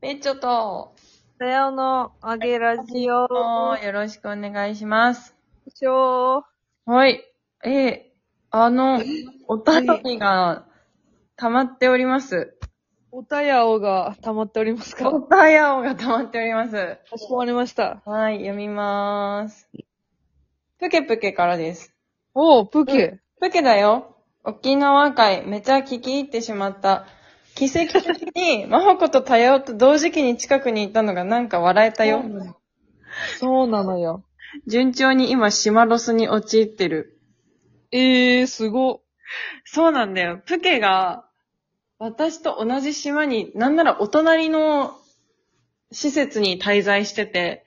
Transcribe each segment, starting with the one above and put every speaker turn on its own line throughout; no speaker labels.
ペッチョと、
さよのあげラジオ。
よろしくお願いします。
しょ
はい。えーあの、お便りが溜まっております。
おたやおが溜まっておりますか
お便りが溜まっております。
かしこまりました。
はい、読みまーす。プケプケからです。
おー、プケ。
プケだよ。沖縄会めちゃ聞き入ってしまった。奇跡的 に、マホコとタヤオと同時期に近くにいたのがなんか笑えたよ。
そうなのよ。
順調に今、島ロスに陥ってる。
えー、すご。
そうなんだよ。プケが、私と同じ島に、なんならお隣の施設に滞在してて、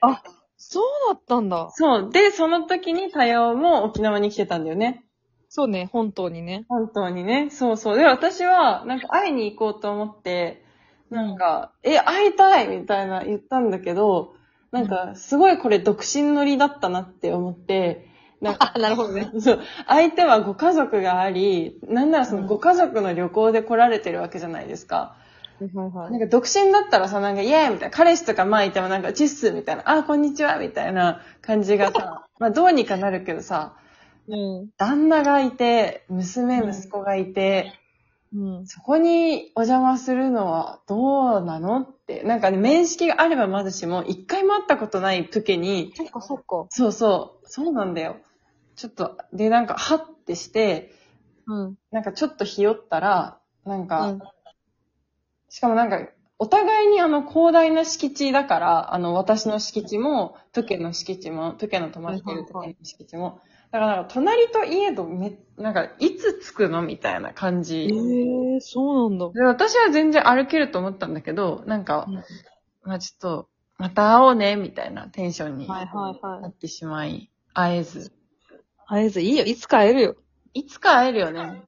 そうだったんだ。
そう。で、その時にタヤオも沖縄に来てたんだよね。
そうね、本当にね。
本当にね。そうそう。で、私は、なんか会いに行こうと思って、なんか、え、会いたいみたいな言ったんだけど、なんか、すごいこれ独身乗りだったなって思って、なんか、
あ、なるほどね。
そう。相手はご家族があり、なんならそのご家族の旅行で来られてるわけじゃないですか。
はいはい
な
は
ん
い。
か独身だったらさ、なんかイエーイみたいな、彼氏とかまあいてもなんかチッスみたいな、あーこんにちはみたいな感じが さ、まあどうにかなるけどさ、
うん。
旦那がいて、娘、
うん
息子がいて、
うん。
そこにお邪魔するのはどうなのって、なんかね、面識があればまだしも、一回も会ったことないプケに、
そっかそっか。
そうそう、そうなんだよ。ちょっと、で、なんか、はってして、
うん。
なんかちょっとひよったら、なんか、
うん
しかもなんか、お互いにあの広大な敷地だから、あの私の敷地も、プケの敷地も、プケの泊まってるプケの敷地も、だからなんか隣といえどめ、なんかいつ着くのみたいな感
え
じ。
ー、そうなんだ。
で私は全然歩けると思ったんだけど、なんか、
うん
まあちょっと、また会おうね、みたいなテンションに
はい
な
はいはい。
ってしまい、会えず。
会えずいいよ。いつか会えるよ。
いつか会えるよね。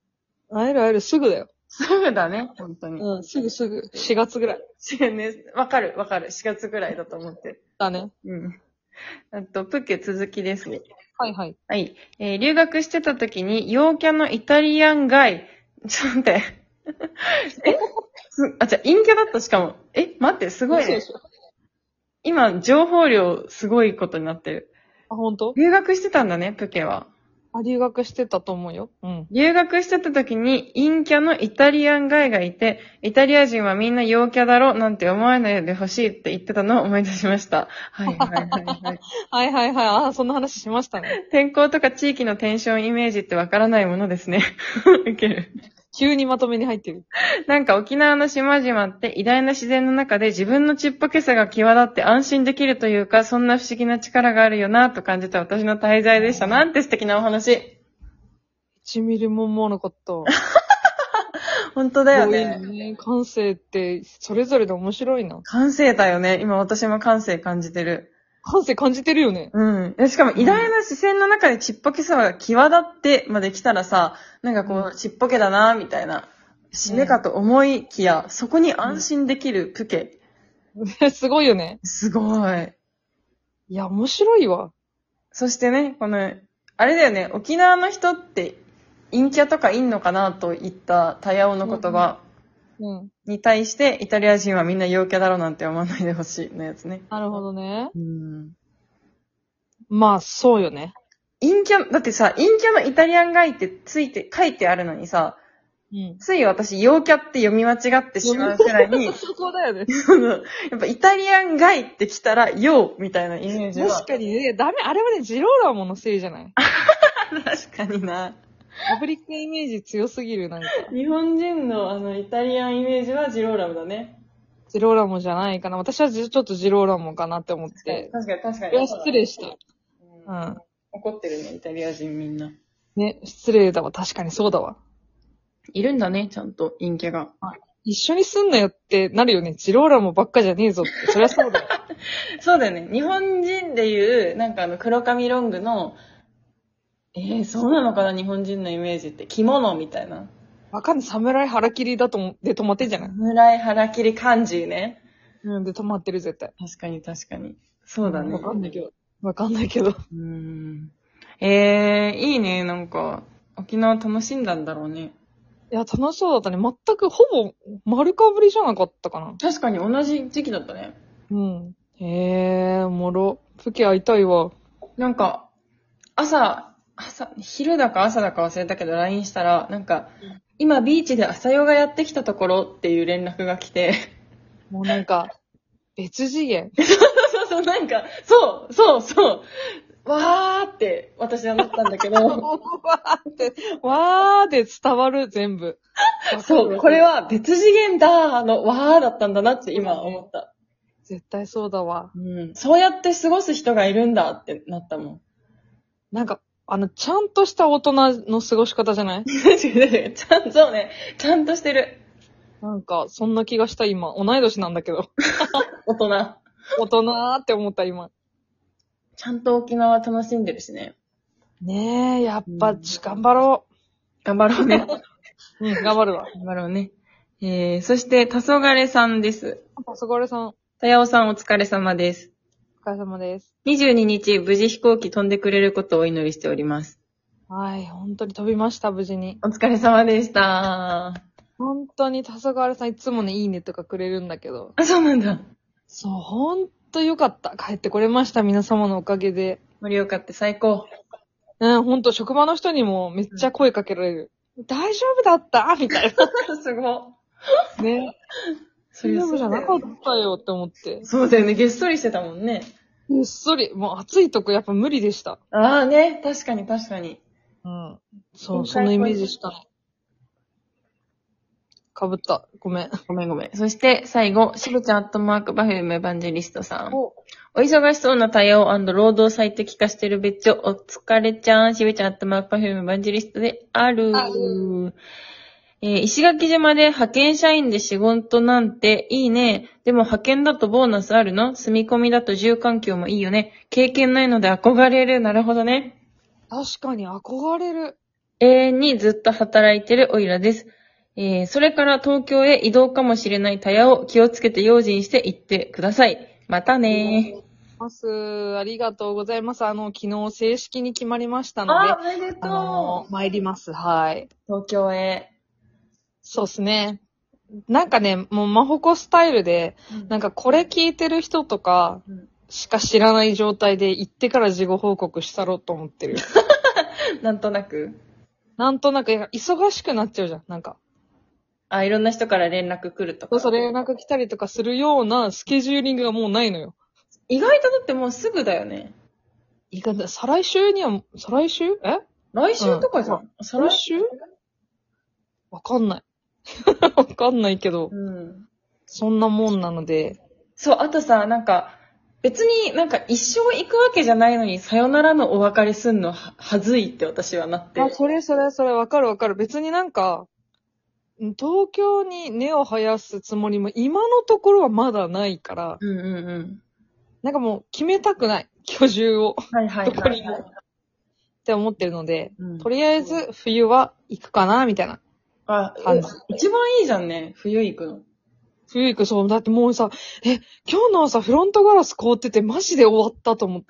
会える会える、すぐだよ。
すぐだね、本当に。
うん、すぐすぐ。4月ぐらい。
ね、わかるわかる。4月ぐらいだと思ってる。
だね。
うん。あと、プッケ続きですね。
はいはい。
はい。えー留学してた時に、陽キャのイタリアン街。 ちょっと待って。え すあ、じゃあ陰キャだったしかも。え待って、すごい
嘘で
ね。
しょ
今、情報量すごいことになってる。
あ、本当？
留学してたんだね、プケは。
あ、留学してたと思うよ。うん。
留学してた時に陰キャのイタリアン街がいて、イタリア人はみんな陽キャだろなんて思わないでほしいって言ってたのを思い出しました。はいはいはい はい。
はいはいはい。あ、そんな話しましたね。
天候とか地域のテンションイメージってわからないものですね。 ウケる。
急にまとめに入ってる。
なんか沖縄の島々って偉大な自然の中で自分のちっぽけさが際立って安心できるというか、そんな不思議な力があるよなと感じた私の滞在でした。なんて素敵なお話。
1ミリも思わなかった。
本当だよ
多
ね。
いね。感性って、それぞれで面白いな。
感性だよね。今私も感性感じてる。
感性感じてるよね。
うん。えしかも偉大な視線の中でちっぽけさが際立ってまで来たらさ、なんかこう、ちっぽけだなみたいな、死ねかと思いきや、そこに安心できるプケ。
すごいよね。
すごい。
いや、面白いわ。
そしてね、この、あれだよね、沖縄の人って、陰キャとかいんのかなと言ったタヤオの言葉
うん。
に対して、イタリア人はみんな陽キャだろうなんて思わないでほしいのやつね。
なるほどね。
うん。
まあ、そうよね。
陰キャ、だってさ、陰キャのイタリアン街ってついて、書いてあるのにさ、
うん。、
つい私陽キャって読み間違ってしまうくらい に
そこだよね。
そのやっぱイタリアン街って来たら、陽みたいなイメージは。
確かにね、ダメ、あれはね、ジローラモのせいじゃない。
確かにな。
パブリックイメージ強すぎる、なんか。
日本人のあの、イタリアンイメージはジローラムだね。
ジローラモじゃないかな。私はじちょっとジローラモかなって思って。
確かに確か
それは失礼した。
う
うんん。
怒ってるね、イタリア人みんな。
ね、失礼だわ。確かにそうだわ。
いるんだね、ちゃんと、陰キャが。
一緒にすんなよってなるよね。ジローラモばっかじゃねえぞって。そりゃそうだよ。
そうだよね。日本人でいう、なんかあの、黒髪ロングの、 えー、そうなのかな、日本人のイメージって。着物みたいな。
わかんない。侍腹切りだと思って止まってんじゃない
侍腹切り漢字ね。
うん、で止まってる絶対。
確かに確かに。そうだね。
わかんないけど。わかんないけど。
うん。えー、いいね、なんか、沖縄楽しんだんだろうね。
いや、楽しそうだったね。全くほぼ丸かぶりじゃなかったかな。
確かに同じ時期だったね。
うん。へえ、おもろ。プケ会いたいわ。
なんか、朝、朝、昼だか朝だか忘れたけど LINE したら、なんか、今ビーチで朝ヨガやってきたところっていう連絡が来て、
もうなんか、別次元。
そうそう、なんか、そう、そう、そう、わーって私はなったんだけ ど、
わーって、わーで伝わる、全部。
そう、これ。は別次元だーのわーだったんだなって今思った。
絶対そうだわ。
うん、そうやって過ごす人がいるんだってなったもん。
なんか、あの、ちゃんとした大人の過ごし方じゃない
確かに確かにちゃん、そうね、ちゃんとしてる
なんか、そんな気がした今。同い年なんだけど。
大人。
大人ーって思った今。
ちゃんと沖縄楽しんでるしね。
ねえ、やっぱ、
うん
頑張ろ
頑張ろうね。
う。うん、頑張るわ。
頑張ろうね。えー、そして、黄昏さんです。
すごれさん、お
たやおさんお疲れ様です。
疲れ様です。
22日、無事飛行機飛んでくれることをお祈りしております。
はい、本当に飛びました、無事に。
お疲れ様でした。
本当に、黄昏さんいつもね、いいねとかくれるんだけど。
あ、そうなんだ。
そう、本当よかった。帰ってこれました、皆様のおかげで。
盛岡って最高。
うん、本当職場の人にもめっちゃ声かけられる。大丈夫だったみたい
すごい。
な。ね。
そ
大
れ
丈夫じゃなか
っ
ったよって思って。
た。そうだよね。げっそりしてたもんね。
うっそり、もう暑いとこやっぱ無理でした。
ああね。確かに確かに。
うん。そう、
限界
そのイメージしたの。かぶった。ごめん。
ごめんごめん。そして最後、しぶちゃんアットマークバフュームエヴァンジェリストさん。
お、
お忙しそうな対応労働最適化してる別所、お疲れちゃん、しべちゃん、アットマークパフューム、バンジリストである。
あ
えー石垣島で派遣社員で仕事なんていいね。でも派遣だとボーナスあるの住み込みだと住環境もいいよね。経験ないので憧れる。なるほどね。
確かに憧れる。
永遠にずっと働いてるオイラです。えーそれから東京へ移動かもしれないタヤを気をつけて用心して行ってください。またね
ます。ありがとうございます。あの、昨日正式に決まりましたので、
あ
あ、
おめでとう
の、参ります。はい。
東京へ。
そうっすね。なんかね、もうマホコスタイルで、なんかこれ聞いてる人とか
うん
しか知らない状態で行ってから事後報告したろうと思ってる。
なんとなく。
なんとなく、忙しくなっちゃうじゃん。なんか。
あ、いろんな人から連絡来ると
そ
か。
うそう、連絡来たりとかするようなスケジューリングがもうないのよ。
意外とだってもうすぐだよね。
いかんだ、再来週には、再来週え
来週とかじゃん。再
再
来
来週わかんない。 わかんないけど、
うん。
そんなもんなので、
そう、あとさ、なんか、別になんか一生行くわけじゃないのに、さよならのお別れすんのは、はずいって私はなって。
あ、それそれそれ、わかるわかる。別になんか、ん東京に根を生やすつもりも今のところはまだないから、
うんうんうん。
なんかもう決めたくない。居住を。っ
はいはい
どこ
は
に
い、は
もて思ってるので、
いうん
とりあえず冬は行くかな、みたいな。
あ、
感じ
え一番いいじゃんね。冬行くの。
冬行く、そう。だってもうさ、え、今日の朝フロントガラス凍っててマジで終わったと思っ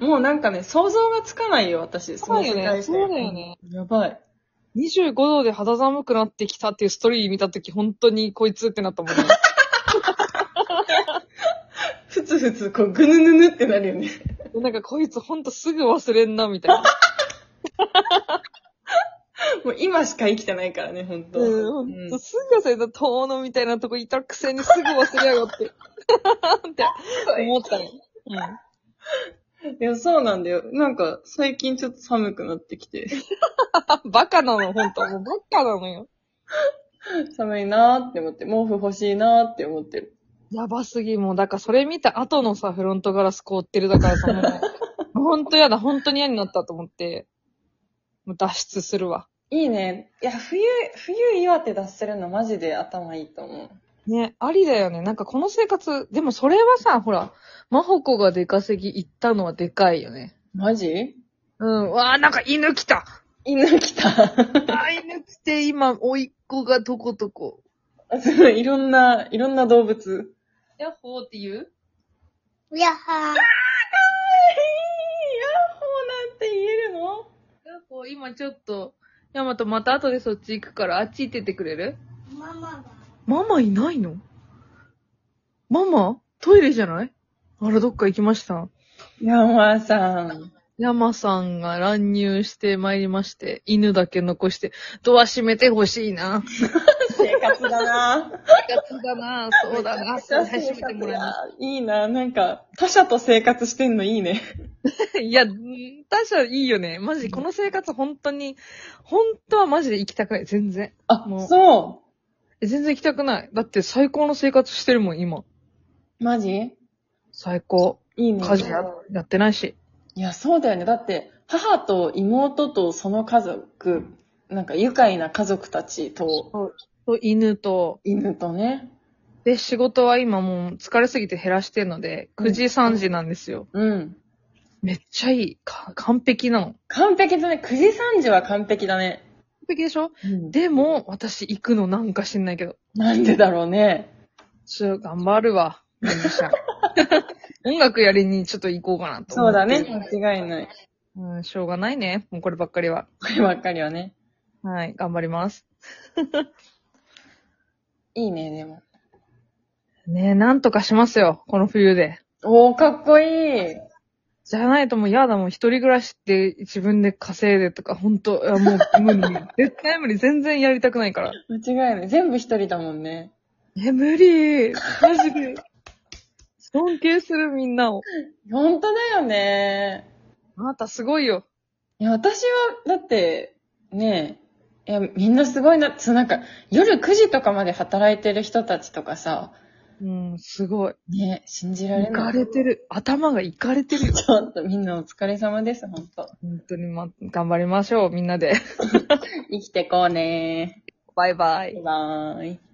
た。
もうなんかね、想像がつかないよ、私。
そうだよ
の
ね
世界線
そうだよね。
うんやばい。
25度で肌寒くなってきたっていうストーリー見たとき、本当にこいつってなったもんね。
ふつふつ、こう、ぐぬぬぬってなるよね。
なんかこいつほんとすぐ忘れんな、みたいな。
もう今しか生きてないからね、ほんと。
うん、ほんとすぐ忘れた、遠野みたいなとこいたくせにすぐ忘れやがって。って思ったの。うん。
いや、そうなんだよ。なんか、最近ちょっと寒くなってきて、
あ、バカなの、ほんと。もうバカなのよ。
寒いなーって思って、毛布欲しいなーって思ってる。
やばすぎ、もう。だからそれ見た後のさ、フロントガラス凍ってるだからさ、 もう。ほんとやだ、ほんとに嫌になったと思って。もう脱出するわ。
いいね。いや、冬、冬岩手脱するのマジで頭いいと思う。
ね、ありだよね。なんかこの生活、でもそれはさ、ほら、マホコが出稼ぎ行ったのはでかいよね。
マジ
うん。わあ、なんか犬来た。
犬来 た。
あー犬来て、今、甥いっ子がとことこ。
すごい、いろんな、いろんな動物。
ヤッホーって言う
やっはー。
ヤッホーなんて言えるの
ヤッホー、今ちょっと、ヤマトまた後でそっち行くから、あっち行っててくれる
ママが。
ママいないのママトイレじゃないあら、どっか行きました。
山さん。
山さんが乱入してまいりまして、犬だけ残して、ドア閉めてほしいな。
生活だ な。
生活だな、そうだな、
生
閉
活
めてもらいま
だいいな。なんか、他者と生活してんのいいね。
す。いや、ん他者いいよね。マジ、この生活本当に、本当はマジで行きたくない。全然。
あ
も、う
そ
え全然行きたくない。だって最高の生活してるもん、今。
う。マジい
最高。
いね。
家事ややってないし。
いや、そうだよね。だって、母と妹とその家族、なんか愉快な家族たちと、
と犬と、
犬とね。
で、仕事は今もう疲れすぎて減らしてるので、9時3時なんですよ。
うん。
めっちゃいい。か完璧なの。
完
完
璧だね。9時3時は完璧だね。
璧でしょでも、私行くのなんか知んないけど。
なんでだろうね。
ちょ、頑張るわ。ミ ュージシャン音楽やりにちょっと行こうかなと
そ
思
う
って
だね。間違いない。
うん、しょうがないね。もうこればっかりは。
こればっかりはね。
はい、頑張ります。
いいね、でも。
ねえ、なんとかしますよ。この冬で。
おー、かっこいい。
じゃないともう嫌だもん。一人暮らしって自分で稼いでとか、ほんと、いやもう無理。 絶対無理。全然やりたくないから。
間違いない。全部一人だもんね。
え、無理。マジで。尊敬するみんなを。
ほんとだよね。
あなたすごいよ。
いや、私は、だって、ねえ、いや、みんなすごいな、そうなんか、夜9時とかまで働いてる人たちとかさ、
うん、すごい。
ねえ、信じられ
い
な
か
い。
れてる。頭がいかれてるよ。
ちょっとみんなお疲れ様です、ほんと。
本当にま、頑張りましょう。みんなで。
生きてこうね
バイバイ
バイ。バーイ。